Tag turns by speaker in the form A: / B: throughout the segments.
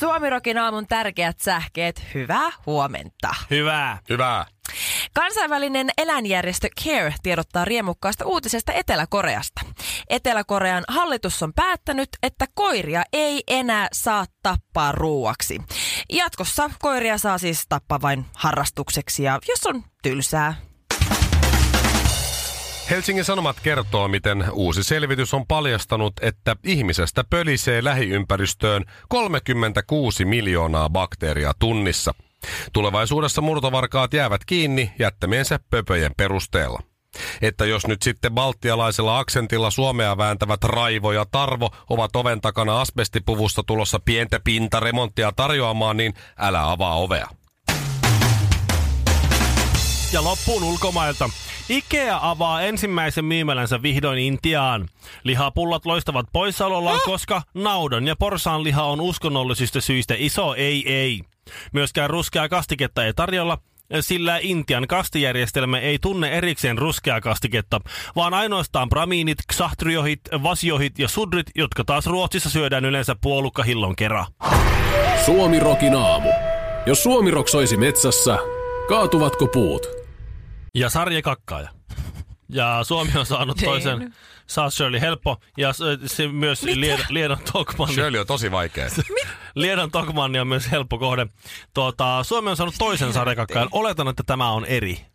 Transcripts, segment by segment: A: Suomirokin aamun tärkeät sähkeet, hyvää huomenta.
B: Hyvää.
C: Hyvä.
A: Kansainvälinen eläinjärjestö CARE tiedottaa riemukkaasta uutisesta Etelä-Koreasta. Etelä-Korean hallitus on päättänyt, että koiria ei enää saa tappaa ruuaksi. Jatkossa koiria saa siis tappaa vain harrastukseksi ja jos on tylsää.
C: Helsingin Sanomat kertoo, miten uusi selvitys on paljastanut, että ihmisestä pölisee lähiympäristöön 36 miljoonaa bakteeria tunnissa. Tulevaisuudessa murtovarkaat jäävät kiinni jättämiensä pöpöjen perusteella. Että jos nyt sitten baltialaisella aksentilla Suomea vääntävät Raivo ja Tarvo ovat oven takana asbestipuvusta tulossa pientä pintaremonttia tarjoamaan, niin älä avaa ovea.
B: Ja loppuun ulkomailta. Ikea avaa ensimmäisen myymälänsä vihdoin Intiaan. Lihapullat loistavat poissaolollaan, oh. koska naudan ja porsaan liha on uskonnollisista syistä iso ei ei. Myöskään ruskeaa kastiketta ei tarjolla, sillä Intian kastijärjestelmä ei tunne erikseen ruskeaa kastiketta, vaan ainoastaan bramiinit, ksahtriohit, vasiohit ja sudrit, jotka taas Ruotsissa syödään yleensä puolukkahillon kerran.
D: Suomi Rokin aamu. Jos Suomi roksoisi metsässä, kaatuvatko puut?
B: Ja Sarje Kakkaaja. Ja Suomi on saanut toisen Saa Shirley Helppo ja se, se myös Liedon, Liedon Tokmanni.
C: Shirley on tosi vaikea.
B: Liedon Tokmanni on myös helppo kohde. Tuota, Suomi on saanut toisen sarjakakkaan. Oletan, että tämä on eri.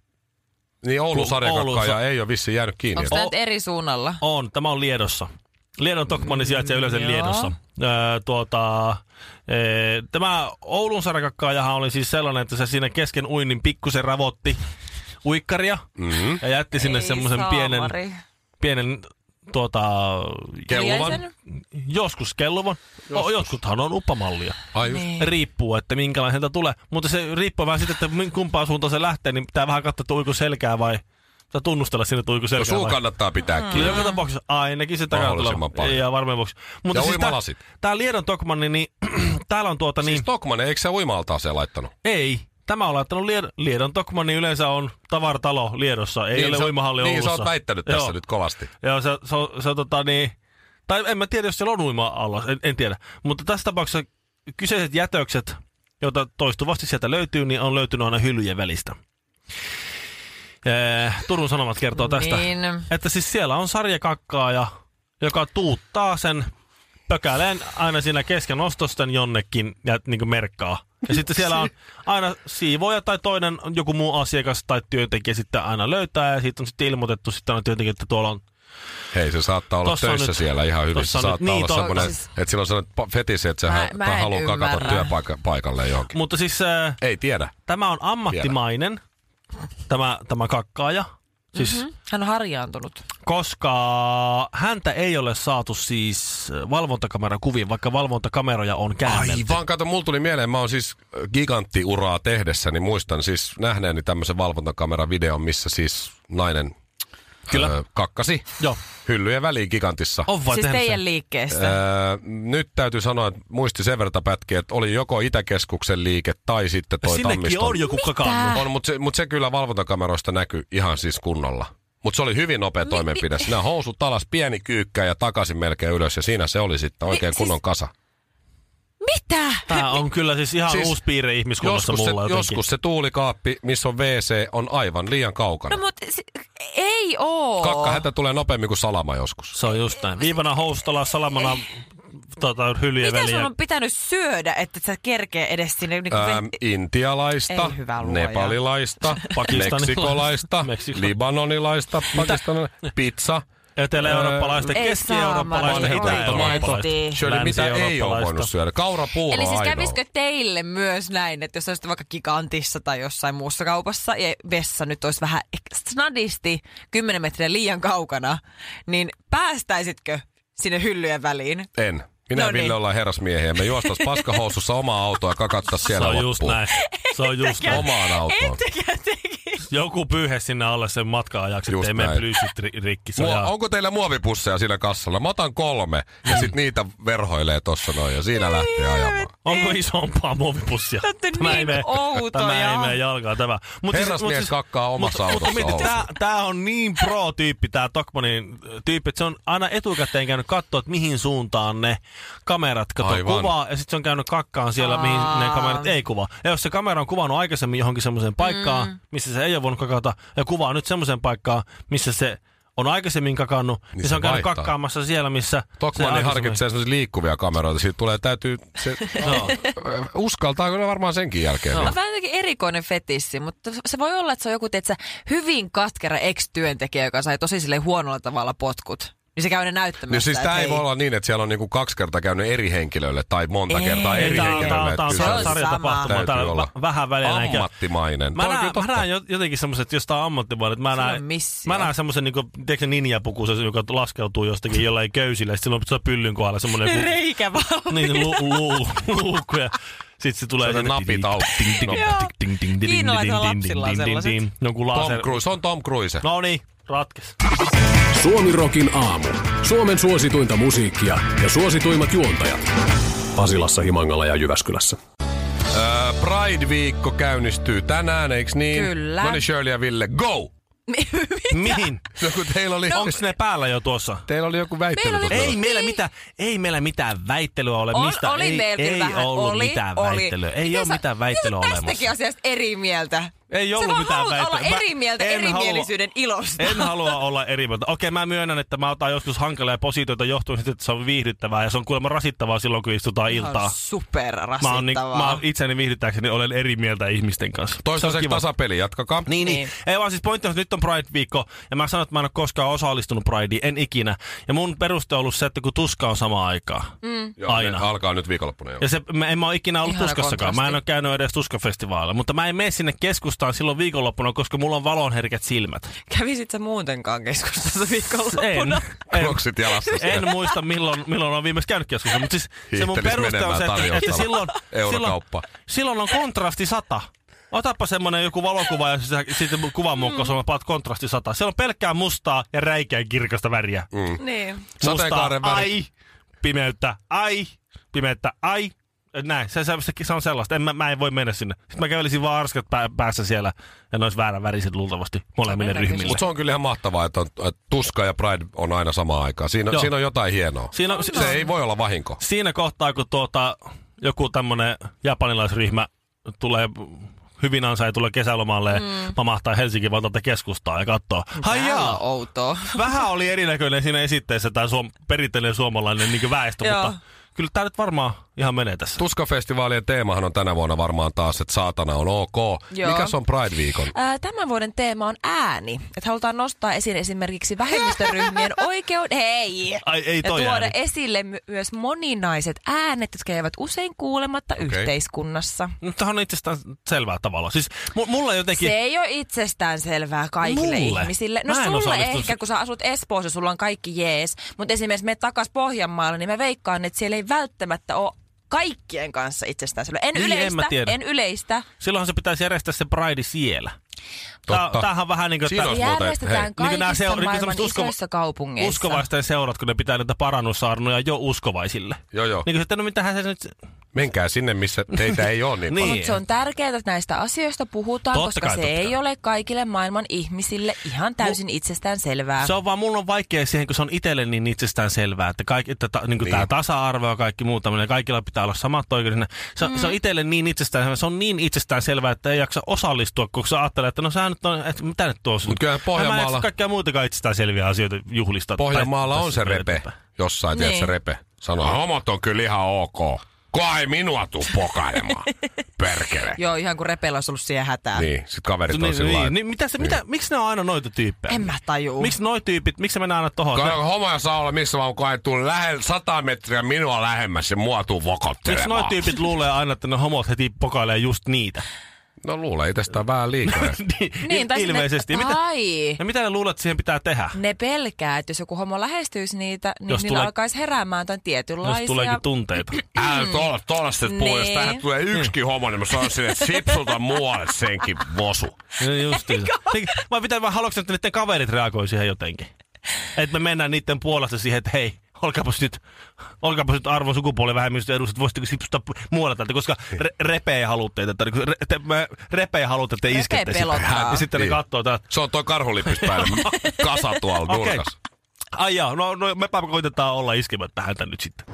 C: Niin Oulun
B: Kun Oulun
C: sarjakakkaaja
B: sa-
C: ei ole vissiin jäänyt kiinni.
A: Onko tämä nyt eri suunnalla?
B: On, tämä on Liedossa. Liedon Tokmanni sijaitsee yleensä
A: joo.
B: Liedossa. Öö, tuota, ee, tämä Oulun sarjakakkaajahan oli siis sellainen, että se siinä kesken uinnin pikkusen ravotti uikkaria
C: Mm-hmm.
B: ja jätti sinne
A: Ei
B: semmoisen pienen,
A: saamari.
B: pienen tuota,
C: Kelluvan.
A: Jäi sen-
B: joskus kelluvan. Joskus. Jotkuthan on uppamallia.
C: Ai just.
A: Niin.
B: riippuu, että minkälaiselta tulee. Mutta se riippuu vähän siitä, että min- kumpaan suuntaan se lähtee, niin pitää vähän katsoa, että uiko selkää vai... Pitää tunnustella siinä, että uiko
C: No,
B: selkää
C: suu
B: vai...
C: kannattaa pitää kiinni.
B: Kyllä joka tapauksessa ainakin se takana
C: Mahdollisimman
B: tulee.
C: paljon.
B: Ja varmaan vuoksi. siis
C: Ja uimalasit.
B: Tää Liedon Tokmanni, niin täällä on tuota niin...
C: Siis Tokmanen, eikö se uimaltaaseen laittanut?
B: Ei. Tämä on laittanut Lied- Liedon Tokmanni yleensä on tavaratalo Liedossa, ei ole
C: sä-
B: uimahalli
C: Niin,
B: Oulussa.
C: sä oot väittänyt tässä
B: Joo.
C: nyt kovasti.
B: Joo, se, se, on- se on tota niin... Tai en mä tiedä, jos siellä on uima alla, en, en tiedä. Mutta tässä tapauksessa kyseiset jätökset, joita toistuvasti sieltä löytyy, niin on löytynyt aina hyllyjen välistä. Ee, Turun Sanomat kertoo tästä.
A: Niin.
B: Että siis siellä on sarjakakkaaja, joka tuuttaa sen pökäleen aina siinä kesken ostosten jonnekin ja niin kuin merkkaa. Ja sitten siellä on aina siivoja tai toinen joku muu asiakas tai työntekijä sitten aina löytää ja siitä on sitten ilmoitettu sitten aina työntekijä, että tuolla on
C: Hei, se saattaa olla
B: Tossa on
C: töissä
B: nyt-
C: siellä ihan hyvin. Se
B: tossa on
C: saattaa
B: nyt- niin,
C: olla
B: to-
C: semmoinen,
A: siis-
C: että sillä on sellainen pa- fetis, että se
A: Mä-
C: mä,
A: mä en
C: haluaa kakata
A: ymmärrä.
C: työpaikalle johonkin.
B: Mutta siis äh,
C: Ei tiedä.
B: tämä on ammattimainen, tämä, tämä kakkaaja, siis, mm-hmm.
A: Hän on harjaantunut.
B: koska häntä ei ole saatu siis äh, valvontakameran kuviin, vaikka valvontakameroja on käännetty.
C: Aivan, kato, mulla tuli mieleen, mä oon siis giganttiuraa tehdessä, niin muistan siis nähneeni tämmöisen valvontakameravideon, missä siis nainen
B: Kyllä.
C: Öö, kakkasi
B: Joo,
C: hyllyjen väliin gigantissa.
B: on vai
A: siis
B: tehnyt
A: teidän
B: sen?
A: liikkeestä.
C: Öö, nyt täytyy sanoa, että muisti sen verta pätkiä, että oli joko Itäkeskuksen liike tai sitten toi
B: Sinnekin
C: Tammiston.
B: on joku kakannut.
C: On, mutta se, mut se kyllä valvontakameroista näkyy ihan siis kunnolla. Mutta se oli hyvin nopea toimenpide. Sinä housut alas, pieni kyykkä ja takaisin melkein ylös. Ja siinä se oli sitten oikein
A: Mi-
C: kunnon kasa.
A: Mitä?
B: Tämä on kyllä siis ihan
C: Siis
B: siis, uusi piirre ihmiskunnassa
C: Joskus se,
B: mulla jotenkin.
C: joskus se tuulikaappi, missä on WC, on aivan liian kaukana.
A: No
C: No,
A: mut se, ei oo.
C: Kakka hätä tulee nopeammin kuin salama joskus.
B: Se on just näin. Viivana houstala, salamana tota, hyljen
A: Mitä
B: väliä.
A: sun on pitänyt syödä, että sä kerkee edes sinne? Niin
C: Ähm, intialaista,
A: Ei hyvä luoja.
C: nepalilaista,
B: Pakistanilaista,
C: meksikolaista,
B: Meksiko-
C: libanonilaista, pakistanilaista, pizza.
B: Etelä-eurooppalaista,
A: Ei
B: keski-eurooppalaista,
A: saamari,
B: itä-eurooppalaista,
A: oikeesti.
C: Shirley, mitä ei ole voinut syödä? Kaurapuuro
A: Eli siis
C: ainoa.
A: kävisikö teille myös näin, että jos olisitte vaikka gigantissa tai jossain muussa kaupassa ja vessa nyt olisi vähän snadisti 10 metriä liian kaukana, niin päästäisitkö sinne hyllyjen väliin?
C: En. Minä
A: No
C: no niin.
A: niin.
C: Ville ollaan herrasmiehiä. Me juostas paskahousussa omaa autoa ja kakattaa
B: Se
C: siellä
B: on just
C: loppuun.
B: näin. Se on just näin.
C: Omaan autoon.
A: Ettekä teki.
B: Joku pyyhe sinne alle sen matkan ajaksi,
C: Just
B: ettei mene
C: näin.
B: plyysit ri- rikki. Se on
C: Mua,
B: ihan-
C: onko teillä muovipusseja siinä kassalla? Mä otan kolme ja sit niitä verhoilee tossa noin ja siinä lähtee ajamaan.
B: Onko isompaa muovipussia?
A: Te olette niin
B: mene-
A: outoja.
B: Tämä ei mene jalkaan tämä. Mut
C: Herrasmies kakkaa omassa
B: mutta,
C: autossa
B: mutta
C: housuun.
B: tämä, tämä on niin pro-tyyppi, tämä Tokmanin äh, tyyppi, että se on aina etukäteen käynyt katsoa, että mihin suuntaan ne kamerat kato
C: Aivan.
B: kuvaa, ja sitten se on käynyt kakkaan siellä, mihin ne kamerat ei kuvaa. Ja jos se kamera on kuvannut aikaisemmin johonkin semmoiseen paikkaan, mm. missä se ei ole voinut kakata, ja kuvaa nyt semmoiseen paikkaan, missä se on aikaisemmin kakannut, niin, se
C: se
B: on käynyt
C: vaihtaa.
B: kakkaamassa siellä, missä se
C: Tokmanni
B: aikaisemmin-
C: harkitsee sellaisia liikkuvia kameroita. Siitä tulee täytyy... Se,
B: No.
C: uskaltaa kyllä varmaan senkin jälkeen.
A: On
C: vielä.
A: vähän jotenkin erikoinen fetissi, mutta se voi olla, että se on joku tietsä, hyvin katkera ex-työntekijä, joka sai tosi sille huonolla tavalla potkut. Niin se käy ne näyttämässä.
C: No siis
A: että
C: tämä ei voi olla niin, että siellä on niinku kaksi kertaa käynyt eri henkilölle tai monta
A: Ei.
C: kertaa
B: Ei,
C: eri
B: tää on, tää
C: henkilölle.
B: on, tää on
C: Kyllä
A: Se on
B: sarjatapahtuma.
C: täytyy
B: Täällä
C: olla
B: on vähän väliä näin käy.
C: siis ammattimainen.
B: Mä
C: Toi on
B: näen,
C: kyllä
B: mä
C: totta.
B: näen jo- jotenkin semmoiset, että jos tää on ammattimainen, mä
A: Se on
B: näen,
A: missio.
B: mä näen semmoisen niinku, tiedätkö ninjapuku, se, joka laskeutuu jostakin jollain köysillä, ja silloin on pyllyn kohdalla semmoinen joku-
A: Reikä vaan.
B: niin, lu, lu, luukku, ja sit se tulee
C: Se on
B: sinne-
C: napit auki.
B: Ding,
A: Joo.
B: ding, ding, ding, ding,
A: Kiinalaisilla
B: ding, ding,
A: lapsilla on
B: ding, ding,
A: sellaiset.
B: ding. Joku
C: Tom
B: laser.
C: Cruise, se on Tom Cruise.
B: No niin, ratkes.
D: Suomirokin aamu. Suomen suosituinta musiikkia ja suosituimmat juontajat. Pasilassa, Himangalla ja Jyväskylässä.
C: Öö, Pride-viikko käynnistyy tänään, eiks niin?
A: Kyllä.
C: No niin, Shirley ja Ville, go!
A: Niin,
B: Mihin?
C: No kun teillä oli,
B: Onks ne päällä jo tuossa?
C: teillä oli joku väittely.
A: Meillä oli-
C: tuossa.
B: Ei meillä, mitään, ei meillä mitään väittelyä ole.
A: On,
B: mistä,
A: oli
B: ei,
A: meillä
B: ei
A: kyllä vähän.
B: ollut
A: oli,
B: mitään
A: oli.
B: väittelyä. Ei
A: Miten
B: ole
A: sä-
B: mitään väittelyä
A: miten sä
B: olemassa.
A: tästäkin asiasta eri mieltä.
B: Ei
A: Sä
B: ollut
A: vaan
B: mitään
A: haluat
B: väittelyä.
A: olla
B: Mä
A: eri mieltä
B: en halua-
A: erimielisyyden ilosta.
B: En halua olla eri mieltä. Okei, mä myönnän, että mä otan joskus hankalia positioita johtuen siitä, että se on viihdyttävää ja se on kuulemma rasittavaa silloin, kun istutaan iltaa.
A: Ihan superrasittavaa.
B: Mä, oon, niin, mä oon itseni viihdyttääkseni olen eri mieltä ihmisten kanssa. Se on
C: Toistaiseksi
B: kiva.
C: tasapeli, jatkakaa.
B: Niin, niin.
A: Niin.
B: Ei vaan siis pointti on, että nyt on Pride-viikko ja mä sanon, että mä en ole koskaan osallistunut Prideen, en ikinä. Ja mun peruste on ollut se, että kun tuska on samaan aikaan. Mm.
C: Joo,
B: Aina.
C: ne Alkaa nyt viikonloppuna jo.
B: Ja se, mä, en mä ole ikinä ollut
A: Ihana
B: tuskassakaan. Mä en
A: kontrasti.
B: ole käynyt edes tuskafestivaaleilla, mutta mä en mene sinne keskustaan silloin viikonloppuna, koska mulla on valonherkät silmät.
A: Kävisit sä muutenkaan keskustassa
B: En,
A: viikonloppuna?
B: en,
C: Kroksit jalassa.
B: en muista, milloin, milloin on viimeksi käynyt keskustelua, mutta siis se mun
C: Hiihtelis
B: peruste on
C: menemään
B: se, että, että
C: tarjoustamaan
B: silloin, silloin,
C: eurokauppa.
B: silloin on kontrasti sata. Otapa semmonen joku valokuva ja sisä- sitten kuvan mukaan mm. paat kontrasti sata. Siellä on pelkkää mustaa ja räikeän kirkasta väriä. Mm.
A: Niin.
B: Mustaa,
C: Sateenkaaren väri.
B: ai, pimeyttä, ai, pimeyttä, ai. Näin, se, se, se, se on sellaista. En, mä, mä en voi mennä sinne. Sitten mä kävelisin vaan arskat pää, päässä siellä ja ne olisi väärän väriset luultavasti molemmille
A: Mennään
B: ryhmille.
C: Mutta se on kyllä ihan mahtavaa, että, on, että tuska ja pride on aina samaan aikaan. Siinä,
B: Joo.
C: siinä on jotain hienoa.
B: Siinä on-
C: se ei voi olla vahinko.
B: siinä kohtaa, kun tuota, joku tämmöinen japanilaisryhmä tulee hyvin ansai tulee kesälomalle ja mm. pamahtaa Helsingin valtalta keskustaa ja katsoo. Hai
A: Täällä on
B: jaa,
A: outoa.
B: vähän oli erinäköinen siinä esitteessä tämä suom- perinteinen suomalainen niin väestö,
A: Joo.
B: mutta kyllä tämä nyt varmaan ihan menee tässä.
C: Tuskafestivaalien teemahan on tänä vuonna varmaan taas, että saatana on ok.
A: Joo.
C: Mikäs on Pride-viikon?
A: Ää, Tämän vuoden teema on ääni. Että halutaan nostaa esiin esimerkiksi vähemmistöryhmien oikeuden. Hei!
B: Ai, ei
A: ja
B: toi
A: tuoda
B: ääni.
A: esille my- myös moninaiset äänet, jotka jäävät usein kuulematta okay. yhteiskunnassa.
B: No, Tämähän on itsestään selvää tavalla. Siis mu- mulla jotenkin...
A: Se ei ole itsestään selvää kaikille
B: Mulle?
A: ihmisille. No
B: Mä en
A: sulle
B: osallistu-
A: ehkä, kun sä asut Espoossa, sulla on kaikki jees. Mutta esimerkiksi me takas Pohjanmaalle, niin mä veikkaan, että siellä ei välttämättä ole kaikkien kanssa itsestään selvää. En
B: Niin, en
A: yleistä,
B: mä tiedä.
A: en yleistä.
B: Silloinhan se pitäisi järjestää se Pride siellä. Tää,
C: Totta.
B: tämähän on vähän niin kuin...
C: Siinä olisi muuten- hei.
A: Järjestetään
B: Niin kuin nää
A: kaikissa
B: seur- niin kuin
A: maailman
B: semmoset uskova-
A: isoissa kaupungeissa.
B: Uskovaisten seurat, kun ne pitää niitä parannussaarnoja jo uskovaisille.
C: Joo, joo.
B: Niin kuin, että no mitähän se nyt...
C: Menkää sinne, missä teitä ei ole niin,
B: Niin.
C: niin.
A: Mutta se on tärkeää, että näistä asioista puhutaan,
B: Totta
A: koska
B: kai,
A: se
B: totta
A: ei
B: kai.
A: ole kaikille maailman ihmisille ihan täysin itsestään selvää.
B: Se on vaan, mulla on vaikea siihen, kun se on itselle niin itsestään selvää, että, kaikki, että ta, niin niin. tämä tasa-arvo ja kaikki muu tämmöinen, kaikilla pitää olla samat oikeudet. Se, mm. se on itselle niin itsestään selvää, se on niin itsestään selvää, että ei jaksa osallistua, kun sä ajattelee, että no sä nyt on, että mitä nyt tuossa.
C: Mut kyllähän Pohjanmaalla-
B: Mä en jaksa kaikkia muitakaan itsestään selviä asioita juhlista.
C: Pohjanmaalla
B: Tai-
C: on se
B: tässä
C: repe.
B: eteenpäin.
C: Jossain, tiedät
A: Niin.
C: se repe. Sanoo, homot on kyllä ihan ok. Kai minua tuu pokailemaan. Perkele.
A: Joo, ihan kuin repellä olisi ollut siihen hätään.
C: Niin, sit kaverit on
B: Niin,
C: sillä
B: niin,
C: lailla.
B: niin, mitä se, mitä, miksi ne on aina noita tyyppejä?
A: En mä tajuu.
B: Miksi noi tyypit, miksi me aina tohon?
C: Kai homoja saa olla missä vaan, kun ei tuu lähelle, sata metriä minua lähemmäs ja mua tuu
B: Miksi noi
C: vokottelemaan.
B: tyypit luulee aina, että ne homot heti pokailee just niitä?
C: No luulee itsestään vähän liikaa.
B: niin,
A: tai sinne-
B: Ilmeisesti. Mitä,
A: Ai.
B: ja mitä ne luulet, että siihen pitää tehdä?
A: Ne pelkää, että jos joku homo lähestyisi niitä, niin
B: Jos
A: jos niillä
B: tulee-
A: tulee, alkaisi heräämään tai tietynlaisia.
B: Jos tuleekin tunteita.
C: Älä tuolla, tuolla sitten puhu, jos
A: Niin.
C: tähän tulee yksikin homo, niin mä sanon sille, että sipsulta muualle senkin vosu.
B: No justiin. Vai pitää vaan haluatko, että niiden kaverit reagoi siihen jotenkin? Että me mennään niiden puolesta siihen, että hei, olkaapas nyt, olkaapas nyt arvon sukupuolivähemmistön edustajat, voisitteko sipsuttaa pu- muualla täältä, koska re- repeä haluatte, että, että, niinku re- te, me repeä haluatte, että te
A: Repeä
B: iskette sitä.
A: pelottaa.
B: Ja sitten ne
C: Niin.
B: katsoo, että
C: Se on toi karhulippis päällä. Kasa tuolla
B: Okei.
C: nurkassa.
B: ai jaa, no, no mepä koitetaan olla iskemättä häntä nyt sitten.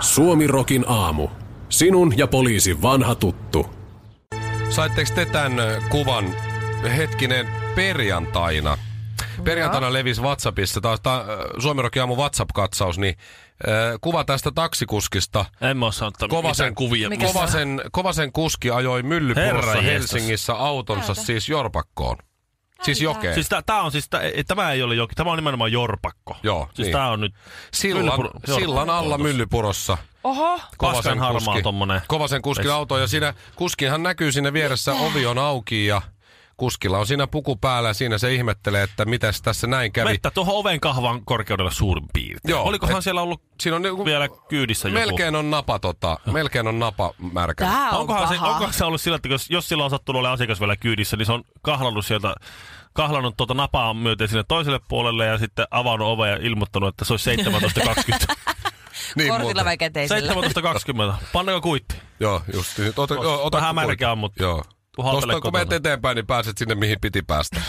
D: Suomirokin aamu. Sinun ja poliisin vanha tuttu.
C: Saitteko te tämän kuvan hetkinen perjantaina? Perjantaina levisi WhatsAppissa, taas tämä Suomirokin aamu WhatsApp-katsaus, niin ö, kuva tästä taksikuskista.
B: En mä osaa ottaa
C: Kovasen,
B: kuvia.
A: Mikä se on?
C: Kovasen, Kovasen kuski ajoi myllypurossa
B: Herranjestas.
C: Helsingissä autonsa siis jorpakkoon. Siis jokeen.
B: Siis tää, tää on siis, tää, ei- tämä ei ole jokin, tämä on nimenomaan jorpakko.
C: Joo,
B: Siis
C: niin.
B: tää on nyt
C: sillan,
B: Myllypuro-
C: sillan alla myllypurossa.
A: Oho,
B: Paskan harmaa tommonen.
C: Kovasen kuskin
B: Pes-
C: auto ja siinä kuskinhan näkyy siinä vieressä, ovi on auki ja kuskilla on siinä puku päällä ja siinä se ihmettelee, että mitäs tässä näin kävi.
B: vettä tuohon oven kahvan korkeudella suurin piirtein.
C: Joo,
B: Olikohan
C: et-
B: siellä ollut
C: Siinä on niinku,
B: vielä kyydissä joku?
C: melkein on napa tota, melkein on napa märkä.
A: tää on
B: Onkohan
A: paha.
B: se, onkohan se ollut sillä, että jos, jos sillä on sattunut olemaan asiakas vielä kyydissä, niin se on kahlannut sieltä kahlannut tuota napaa myöten sinne toiselle puolelle ja sitten avannut ove ja ilmoittanut, että se olisi 17.20.
C: Niin
A: Kortilla
C: muuten.
A: vai käteisellä?
B: 17.20. Panneko kuitti? No
C: Joo, just. niin. Ota, joo, ota
B: Vähän
C: kukuit.
B: märkää, mutta
C: Joo.
B: puhaltele
C: Tuosta kun
B: kotona.
C: menet eteenpäin, niin pääset sinne, mihin piti päästä.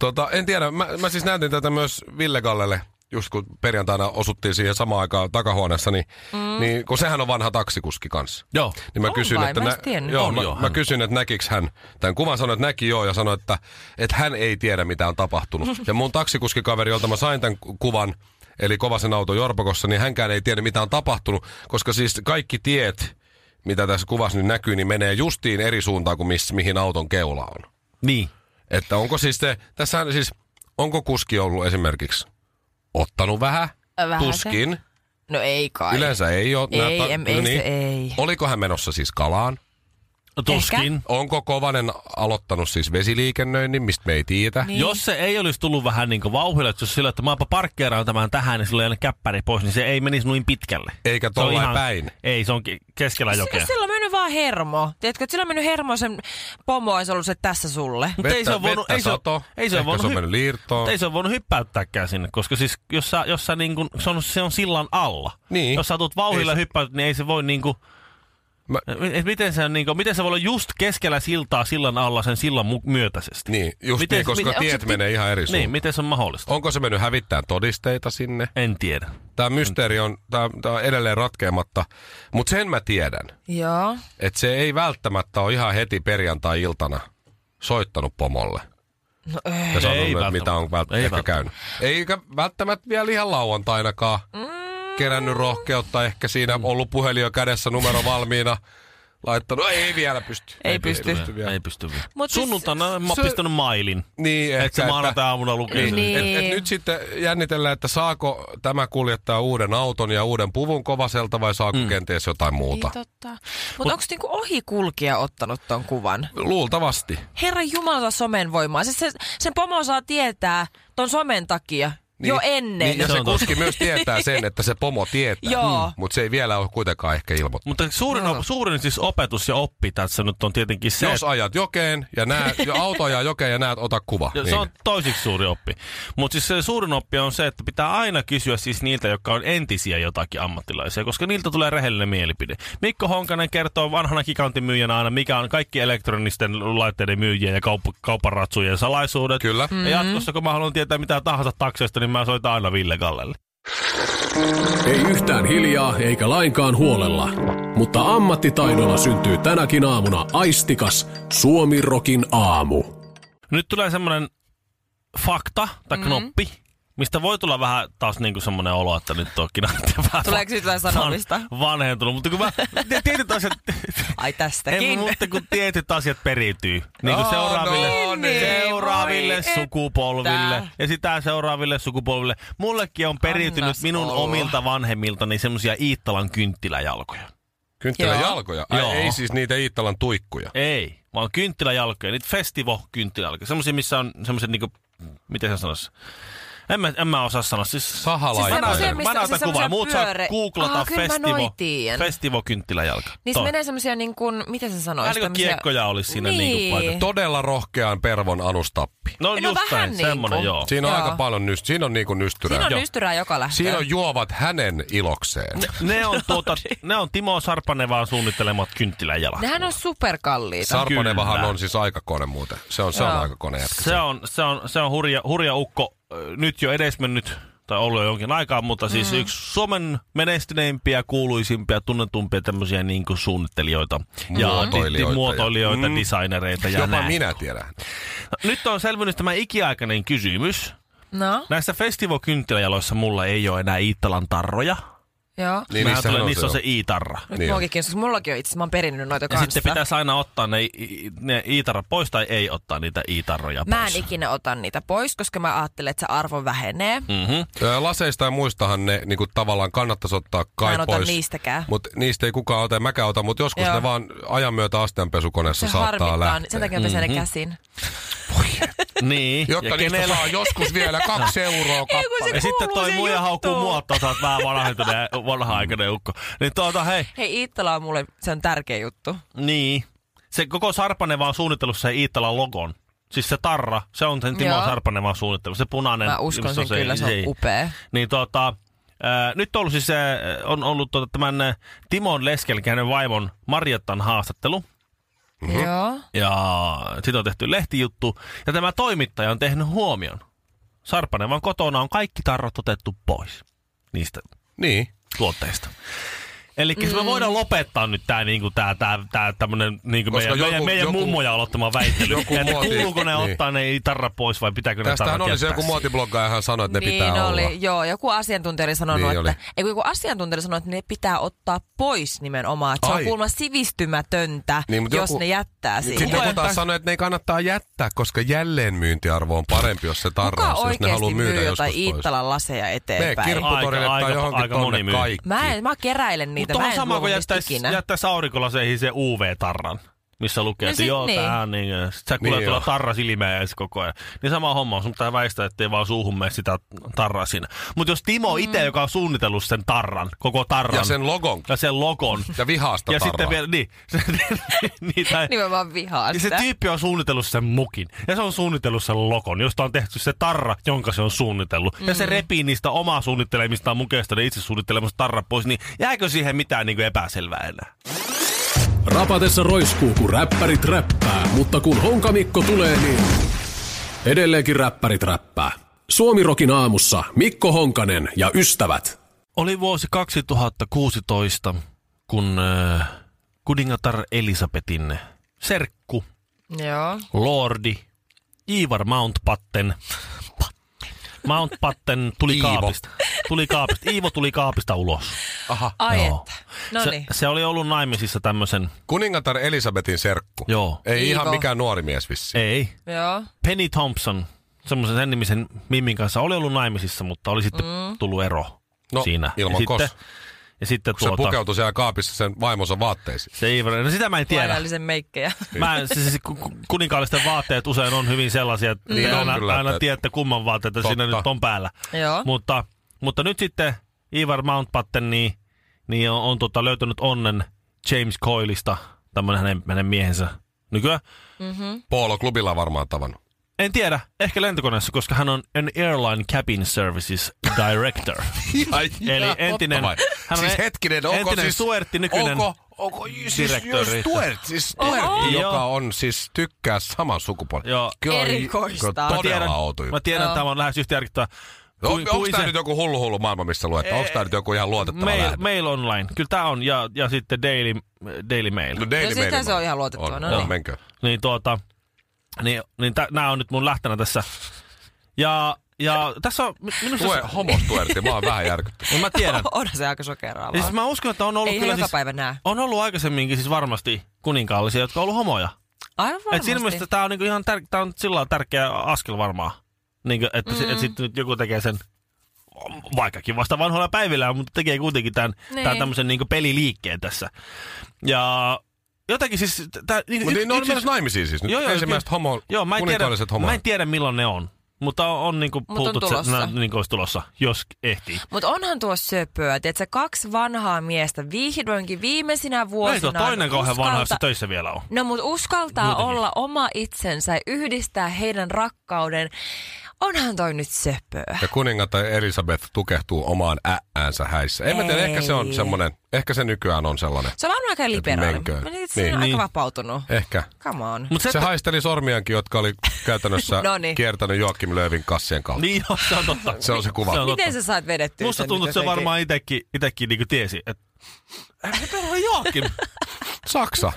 C: tota, en tiedä, mä, mä siis näytin tätä myös Ville Gallelle, just kun perjantaina osuttiin siihen samaan aikaan takahuoneessa, niin, mm. niin kun sehän on vanha taksikuski kanssa.
B: Joo.
C: Niin mä
A: On
C: kysyn,
A: vai?
C: että,
A: Mä en tiennyt.
C: joo,
B: On
C: mä,
B: joo,
C: mä
B: hän-
C: kysyn, että näkikö hän tämän kuvan, sanoi, että näki joo, ja sanoi, että, että hän ei tiedä, mitä on tapahtunut. ja mun taksikuskikaveri, jolta mä sain tämän ku- kuvan, eli Kovasen auto Jorpakossa, niin hänkään ei tiedä, mitä on tapahtunut, koska siis kaikki tiet, mitä tässä kuvassa nyt näkyy, niin menee justiin eri suuntaan kuin miss, mihin auton keula on.
B: Niin.
C: Että onko siis te, tässähän siis, onko kuski ollut esimerkiksi ottanut vähän?
A: Vähän se.
C: Tuskin.
A: No ei kai.
C: Yleensä ei ole.
A: Ei, em- ei se ei.
C: Oliko hän menossa siis kalaan?
B: No Tuskin.
C: Onko Kovanen aloittanut siis vesiliikennöinnin, mistä me ei tiedä?
B: Niin. Jos se ei olisi tullut vähän niin vauhille, että se olisi sillä, että maapa parkkeeraan tämän tähän, niin silloin ei ole käppäri pois, niin se ei menisi noin pitkälle.
C: Eikä
B: Se on
C: tollain päin.
B: Ei, se on ke- keskellä jokea.
A: Sillä, sillä on mennyt vaan hermo. Tiedätkö, että sillä on mennyt hermo, sen pomo olisi ollut se tässä sulle.
B: Mut ei se ole voinut,
C: vettä
B: ei se,
C: sato,
B: ei se ole
C: ehkä
B: voinut,
C: se on
B: hy-
C: mennyt liirtoon.
B: Mut ei se ole voinut hyppäyttääkään sinne, koska siis jos sä, jos sä niinku, se, on, se on sillan alla.
C: Niin.
B: Jos sä tulet vauhilla
C: Ei
B: ei
C: se-
B: hyppäyt, niin ei se voi niinku,
C: Mä,
B: et miten se, on niinku, miten se voi olla just keskellä siltaa sillan alla sen sillan mu- myötäisesti?
C: niin, just
B: Miten-
C: miten, niin, koska
B: miten-
C: tiet
B: onko se-
C: menee ihan eri
B: Niin,
C: suuntaan.
B: miten se on mahdollista?
C: Onko se mennyt hävittämään todisteita sinne?
B: En tiedä.
C: Tämä mysteeri on, tää, tää on edelleen ratkeamatta, mutta sen mä tiedän,
A: Joo.
C: että se ei välttämättä ole ihan heti perjantai-iltana soittanut pomolle.
A: No ei.
C: Ja sanonut, että
B: välttämättä.
C: mitä on vält-
B: Ei
C: ehkä
B: välttämättä.
C: käynyt. Eikä välttämättä vielä ihan lauantainakaan
A: Mm.
C: kerännyt rohkeutta. Ehkä siinä
B: Mm.
C: ollut puhelin jo kädessä, numero valmiina. Laittanut, No ei vielä pysty.
A: Ei pysty.
C: vielä.
B: Ei pysty vielä.
A: Mut siis-
B: Sunnuntaina mä oon
C: se-
B: pistänyt mailin.
C: Niin,
B: Et
C: ehkä,
B: se maanantai-aamuna lukee sen.
A: Niin.
C: Et, et nyt sitten jännitellään, että saako tämä kuljettaa uuden auton ja uuden puvun kovaselta vai saako mm. kenties jotain muuta.
A: Niin totta. Mutta Mut, onko niinku ohikulkija ottanut ton kuvan?
C: Luultavasti.
A: Herran jumalata somen voimaa. Siis se, sen pomo saa tietää ton somen takia niin, jo ennen.
C: Niin, ja
B: Se
C: se,
B: on totta.
C: kuski myös tietää sen, että se pomo tietää.
A: Joo.
C: Mutta se ei vielä ole kuitenkaan ehkä ilmoittanut.
B: Mutta suurin,
A: Joo.
B: suurin siis opetus ja oppi tässä nyt on tietenkin se,
C: Jos ajat jokeen ja näet, ja auto ajaa jokeen ja näet, ota kuva.
B: Ja
C: Niin.
B: Se on toisiksi suuri oppi. Mutta siis se suurin oppi on se, että pitää aina kysyä siis niiltä, jotka on entisiä jotakin ammattilaisia, koska niiltä tulee rehellinen mielipide. Mikko Honkanen kertoo vanhana gigantimyyjänä aina, mikä on kaikki elektronisten laitteiden myyjien ja kaup- kaupanratsujen salaisuudet.
C: Kyllä.
B: Ja jatkossa, kun mä haluan tietää mitä tahansa takseista, niin mä soitan aina Ville Gallelle.
D: Ei yhtään hiljaa eikä lainkaan huolella, mutta ammattitaidolla syntyy tänäkin aamuna aistikas Suomirokin aamu.
B: Nyt tulee semmoinen fakta tai
A: Mm-hmm.
B: knoppi, mistä voi tulla vähän taas niinku semmoinen olo, että nyt onkin vähän
A: Tuleeko siitä jotain sanomista?
B: van- vanhentunut. Mutta kun mä, tietyt asiat,
A: Ai
B: Ei,
A: tästäkin.
B: mutta kun tietyt asiat periytyy. Niin kuin
C: Aa,
B: seuraaville,
C: no niin,
B: seuraaville
A: Oh, voi
B: sukupolville
A: että.
B: ja sitä seuraaville sukupolville. Mullekin on periytynyt
A: Annas
B: minun
A: olla.
B: omilta vanhemmiltani semmoisia Iittalan kynttiläjalkoja.
C: Kynttilän
A: Joo.
C: jalkoja. Ai,
B: Joo.
C: ei siis niitä Iittalan tuikkuja.
B: Ei. vaan kynttiläjalkoja, niitä festivo-kynttiläjalkoja. Semmoisia, missä on semmoiset niinku, miten se sanoisi? En mä, en mä osaa sanoa. Siis,
C: Sahalaita.
B: mä
A: semmoisia,
B: näytän,
A: missä-
B: mä näytän
A: siis
B: kuvaa.
A: semmoisia
B: Muut
A: pyöre-
B: saa googlata
A: Aa, kyllä mä noin
B: festivo,
A: tiedän.
B: festivo-kynttiläjalka.
A: Niissä
B: Toi.
A: menee semmoisia niin kuin, miten sä sanois?
B: Vähän niin kuin kiekkoja olisi siinä
A: niin.
B: niinku paikalla.
C: Todella rohkean pervon anustappi.
B: No,
A: No
B: just
A: vähän
B: näin,
A: niinku.
B: semmonen joo.
C: Siinä on
A: Joo.
C: aika paljon nyst, siinä on niinku nystyrää.
A: Siinä on
C: Joo.
A: nystyrää joka lähtee.
C: Siinä on juovat hänen ilokseen.
B: Ne on, tuota, ne on Timo Sarpanevaan suunnittelemat kynttiläjalat.
A: Nehän on superkalliita.
C: Sarpanevahan
B: Kyllä.
C: on siis aikakone muuten. Se on, se on
A: Joo.
C: aikakone jätkä.
B: Se on, se on, se on hurja, hurja ukko, ö, nyt jo edesmennyt, tai ollut jo jonkin aikaa, mutta siis mm. yksi Suomen menestyneimpiä, kuuluisimpia, tunnetumpia tämmöisiä niin kuin suunnittelijoita.
C: Muotoilijoita
B: Ja
C: ja-
B: niin- muotoilijoita,
C: Mm.
B: mm. designereita ja
C: Jopa
B: näin.
C: minä tiedän. Niin
B: Nyt on selvinnyt tämä ikiaikainen kysymys.
A: No,
B: Näissä festivokynttiläjaloissa mulla ei ole enää Iittalan tarroja.
A: joo.
C: Niin,
B: Mä
C: niissähän
B: tulen,
C: on
B: niissä
C: se
B: on se
C: jo.
B: i-tarra.
A: Nyt
C: Niin
A: niin
C: on.
A: muokin kiinnostus. Mullakin on itse, mä oon perinnyt noita
B: Ja
A: kanssa.
B: sitten pitäisi aina ottaa ne, i- ne iitarra pois tai ei ottaa niitä iitarroja
A: Mä
B: pois.
A: en ikinä ota niitä pois, koska mä ajattelen, että se arvo vähenee. Mm.
B: mm-hmm.
C: Ö, Laseista ja muistahan ne niinku, tavallaan kannattaisi ottaa
A: Mä
C: kai
A: en ota
C: pois.
A: niistäkään.
C: Mutta niistä ei kukaan ota, ja mäkään ota, mutta joskus
A: Joo.
C: ne vaan ajan myötä astianpesukoneessa
A: Se
C: saattaa
A: harmittaa. Sen
C: lähteä. Mm.
A: takia mä pesän mm-hmm. ne käsin.
B: Niin.
C: Jotta
B: ja
C: niistä
B: kenellä-
C: saa joskus vielä kaksi euroa
A: Ei, kun se-
C: kappale.
B: Ja sitten
A: Kuuluu
B: toi
A: se
B: muija
A: juttu.
B: haukkuu mua, että sä oot vähän vanhentunut ja vanha-aikainen ukko. Niin tuota, hei,
A: Hei, Iittala on mulle, se on tärkeä juttu.
B: niin. Se koko Sarpaneva on suunnitellut sen Iittalan logon. Siis se tarra, se on sen Timo
A: Joo.
B: Sarpaneva suunnittelu, se punainen.
A: Mä uskon
B: missä
A: sen
B: on
A: kyllä, se on upea.
B: Niin tota, ää, nyt on ollut siis, ää, on ollut tota, tämän ää, Timon Leskel, eli hänen vaimon Marjattan haastattelu.
C: Mm-hmm.
A: Joo.
B: Ja siitä on tehty lehtijuttu. Ja tämä toimittaja on tehnyt huomion. Sarpanevan kotona on kaikki tarrat otettu pois niistä
C: Niin.
B: tuotteista. Eli mm. me voidaan lopettaa nyt tämä niinku, tää, tää, tää, tämmönen, niinku
C: Koska
B: meidän, joku,
C: joku-
B: meidän, meidän
C: joku-
B: joku, mummoja aloittama väittely,
C: joku
B: että
C: muoti-
B: kuuluuko ne
C: niin.
B: ottaa ne tarra pois vai pitääkö ne
C: Tästähän
B: tarrat
C: oli se
B: jättää
C: joku
B: siihen?
C: muotiblogga ja hän sanoi, että ne
A: niin
C: pitää olla.
A: oli, joo. Joku asiantuntija oli sanonut,
C: Niin
A: niin
C: oli.
A: että, ei kun joku asiantuntija oli sanonut, että ne pitää ottaa pois nimenomaan. Että se
C: Ai.
A: on kuulemma sivistymätöntä,
C: Niin,
A: niin,
C: mut
A: jos
C: joku-
A: joku... ne jättää
C: Niin
A: siihen.
C: Sitten joku taas sanoi, että ne ei kannattaa jättää, koska jälleenmyyntiarvo on parempi, jos se
A: Kuka
C: tarraus, jos ne haluaa
A: oikeasti
C: myydä
A: myy
C: joskus
A: jotain
C: pois.
A: Iittalan laseja
C: Mene
A: eteenpäin?
C: kirpputorille
B: Aika-
C: tai
B: aika-
C: johonkin
B: aika
C: tonne
B: moni myy.
C: kaikki.
A: Mä, en, mä keräilen niitä, mä
B: Mutta Niin. on
A: en
B: sama
A: luovu
B: kuin
A: niistä
B: jättäisi,
A: ikinä.
B: jättäisi aurinkolaseihin se UV-tarran missä lukee,
A: No
B: no että
A: sit
B: joo,
A: niin.
B: niin. tää on niin, ja sit sä kuulee
C: Niin
B: niin
C: joo.
B: tuolla tarra silmää edes koko ajan. Niin sama homma on, sun pitää väistää, ettei vaan suuhun mene sitä tarraa siinä. Mutta jos Timo
A: Mm.
B: itse, joka on suunnitellut sen tarran, koko tarran,
C: Ja sen logon.
B: ja sen logon,
C: Ja vihaasta
B: ja
C: tarraa.
B: sitten vielä, niin, se, niin, tai,
A: Niin mä vaan vihaan
B: ja se
A: sitä.
B: tyyppi on suunnitellut sen mukin, ja se on suunnitellut sen lokon, josta on tehty se tarra, jonka se on suunnitellut. Mm. Ja se repii niistä omaa suunnittelemista mukeista, ne itse suunnittelemasta tarra pois, niin jääkö siihen mitään niin kuin epäselvää enää?
D: Rapatessa roiskuu, kun räppärit räppää, mutta kun Honkamikko tulee, niin edelleenkin räppärit räppää. Suomirokin aamussa Mikko Honkanen ja ystävät.
B: Oli vuosi 2016, kun äh, kuningatar Elisabetin serkku,
A: Joo.
B: lordi, Ivar Mountbatten, Mountbatten tuli
C: Iivo.
B: kaapista. Tuli kaapista. Iivo tuli kaapista ulos.
C: Aha.
A: Ai
B: Joo.
A: että. No
B: Se,
A: niin.
B: se oli ollut naimisissa tämmöisen,
C: Kuningatar Elisabetin serkku.
B: Joo.
C: Ei
A: Iivo.
C: ihan mikään nuori mies vissiin.
B: ei,
A: Joo.
B: Penny Thompson, semmoisen sen nimisen Mimmin kanssa oli ollut naimisissa, mutta oli sitten mm. tullut ero
C: No,
B: siinä.
C: ilman
B: ja sitten,
C: kos.
B: ja sitten
C: Kun se
B: tuota,
C: pukeutui siellä kaapissa sen vaimonsa vaatteisiin.
B: se Ivar, no sitä mä en tiedä.
A: Lainallisen meikkejä.
B: Mä, en- siis, siis ku- ku- kuninkaallisten vaatteet usein on hyvin sellaisia, että
C: Niin
B: niin
C: on
B: aina,
C: kyllä,
B: aina
C: että-
B: tiedätte kumman vaatteita
C: Totta.
B: siinä nyt on päällä.
A: Joo.
B: Mutta, mutta nyt sitten Ivar Mountbatten niin, niin on, on tota, löytänyt onnen James Coilista, tämmöinen hänen, hänen miehensä. Nykyään
C: Polo klubilla varmaan tavannut.
B: en tiedä, ehkä lentokoneessa, koska hän on an airline cabin services director.
C: Ai,
B: Eli
C: totta
B: entinen-
C: vai?
B: hän on
C: siis
B: e-
C: hetkinen, onko
B: entinen
C: siis...
B: Stuertti, nykyinen
C: Onko, onko siis
B: direktööri.
C: Stuart, siis Stuart,
B: Oho.
C: joka
B: Joo.
C: on siis tykkää saman sukupuolen.
B: Joo.
C: Kyllä,
A: Erikoista.
C: kyllä
A: Mä
C: Todella outo juttu.
B: mä tiedän, että tämä on lähes yhtä järkyttävä.
C: On, onko tämä nyt joku hullu hullu maailma, missä luet? Onko tämä nyt joku ihan luotettava
B: mail,
C: lähde?
B: mail Online, kyllä tämä on, ja, ja sitten Daily, Daily Mail.
C: No, Daily
A: No
C: Mail
A: sitä se
C: mä-
A: on ihan luotettava,
C: On,
A: no
C: on,
A: niin.
C: menkö.
B: niin tuota, niin, niin t- nämä on nyt mun lähtönä tässä. Ja, ja tässä on mi- minusta...
C: Lue homo Stuartti, mä oon vähän järkytty.
B: No mä tiedän.
A: Onhan se aika sokeraavaa.
B: Ja siis mä uskon, että on ollut
A: Ei
B: kyllä
A: ihan joka
B: siis,
A: päivä näe.
B: on ollut aikaisemminkin siis varmasti kuninkaallisia, jotka on ollut homoja.
A: Aivan
B: Et siinä mielessä
A: varmasti.
B: tämä on niinku ihan tär- tää on sillä lailla tärkeä askel varmaan. Niinku, että mm. et sitten nyt joku tekee sen vaikkakin vasta vanhoilla päivillä, mutta tekee kuitenkin tämän,
A: Niin.
B: niin. tämän tämmöisen niinku peliliikkeen tässä. Ja jotenkin siis... Tää,
C: Mutta niin, ne on myös naimisiin siis nyt. Joo, joo, Ensimmäiset homo,
B: joo, mä en tiedä,
C: kuninkaaliset homo.
B: Mä en tiedä milloin ne on, mutta on, on niinku
A: on
B: puhuttu, että se-
A: tulossa.
B: nää niinku olisi tulossa, jos ehtii.
A: Mutta onhan tuo söpöä, että se kaksi vanhaa miestä vihdoinkin viimeisinä
B: Ei tuo
A: vuosina.
B: toinen kauhean vanha, jos se töissä vielä on.
A: No mutta uskaltaa
B: Muutenkin.
A: olla oma itsensä ja yhdistää heidän rakkauden. Onhan toi nyt söpöä.
C: Ja kuningatar Elisabeth tukehtuu omaan äänsä häissä. En mä tiedä, ehkä se on
A: Ei.
C: semmoinen, ehkä se nykyään on sellainen.
A: Se on varmaan aika liberaali.
C: menköön.
A: Mä niin. Se
C: Niin.
A: on aika
B: Niin.
A: vapautunut.
C: Ehkä.
A: Come on.
B: Mut se,
C: Se
B: että-
C: haisteli sormiankin, jotka oli käytännössä
A: No niin.
C: kiertänyt Joakim Löövin kassien kautta.
B: Niin on, se on totta.
C: Se on se kuva.
B: Se on
A: Miten
B: totta.
A: sä sait vedettyä
B: Musta
A: sen
B: tuntuu,
A: nyt
B: että se
A: jotenkin?
B: varmaan itekin, itekin niinku tiesi, että... Ei se perho Joakim.
C: Saksa.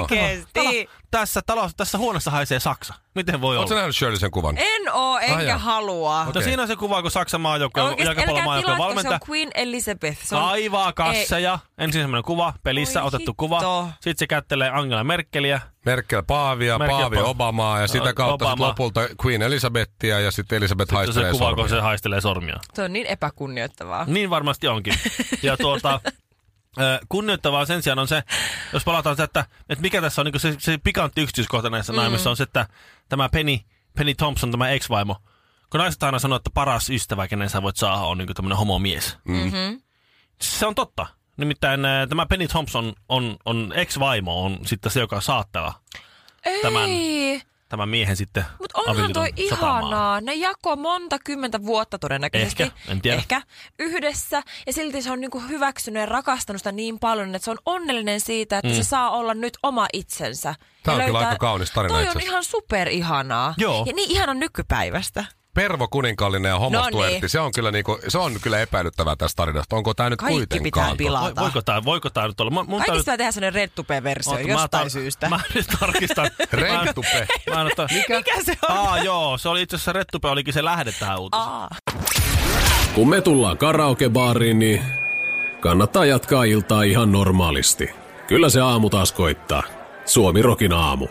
A: Oikeesti.
B: Tässä, talo, tässä huoneessa haisee Saksa. Miten voi
C: Oletko
B: olla?
C: nähnyt Shirley sen kuvan?
A: En oo,
C: Ah,
A: enkä
C: jaa.
A: halua.
B: No
C: Okei.
B: siinä on se kuva, kun Saksan maajoukkue,
A: Oikeesti,
B: jalkapallon
A: älkää
B: maajoukkue
A: tilatko, se
B: valmentaa.
A: on Queen Elizabeth. Se on
B: Kaivaa kasseja. Ensin semmoinen kuva, pelissä
A: Oi
B: otettu
A: hitto.
B: kuva. Sitten se kättelee Angela Merkeliä.
C: Merkel Paavia,
B: Merkel
C: Paavi
B: Pa-
C: Obamaa ja sitä kautta sit
B: Obama.
C: lopulta Queen Elisabetia ja sitten Elisabeth
B: Sitten se
C: haistelee
B: kuva, kun se
C: sormia.
B: haistelee sormia.
A: Se on niin epäkunnioittavaa.
B: Niin varmasti onkin. Ja tuota, ö, kunnioittavaa sen sijaan on se, jos palataan sitä, että, että mikä tässä on niin se, se pikantti yksityiskohta näissä mm. naimissa on se, että tämä Penny, Penny Thompson, tämä ex-vaimo, kun naiset aina sanoo, että paras ystävä, kenen sä voit saada, on niin tämmöinen homomies.
A: Mm-hmm.
B: Se on totta. Nimittäin ö, tämä Penny Thompson on, on ex-vaimo, on sitten se, joka saattaa
A: Ei,
B: Tämän- tämän miehen sitten
A: mutta Niin, onhan toi
B: avioliiton satamaan.
A: ihanaa. Ne jako monta kymmentä vuotta todennäköisesti.
B: Ehkä, en tiedä.
A: Ehkä, yhdessä. Ja silti se on niinku hyväksynyt ja rakastanut sitä niin paljon, että se on onnellinen siitä, että mm. se saa olla nyt oma itsensä.
C: Tää on
A: Ja
C: kyllä aika kaunis tarina
A: Toi
C: itse
A: on
C: asiassa.
A: ihan superihanaa.
B: Joo.
A: Ja niin ihana nykypäivästä.
C: Pervo kuninkaallinen ja homos
A: No niin.
C: tuertti. Se on kyllä, niinku, se on kyllä epäilyttävää tästä tarinasta. Onko tämä nyt
A: Kaikki pitää
C: kuitenkaan?
A: pilata.
B: Voi, voiko tämä voiko tää nyt olla? Mun, mun tää
A: Kaikista
B: nyt-
A: pitää tehdä sellainen rettupe-versio
B: Oota, mä
A: jostain
B: tar-
A: syystä.
B: Mä nyt tarkistan.
C: Renttupe.
B: Mä, mä en ottaa-
A: Mikä se on?
B: Aa, joo, se oli itse asiassa Rettupe, olikin se lähde tähän uutiseen.
A: Aa.
D: Kun me tullaan karaokebaariin, niin kannattaa jatkaa iltaa ihan normaalisti. Kyllä se aamu taas koittaa. Suomi Rokin aamu.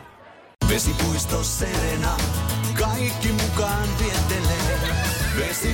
E: Vesipuisto Serena, kaikki mukaan vientelee. Vesi,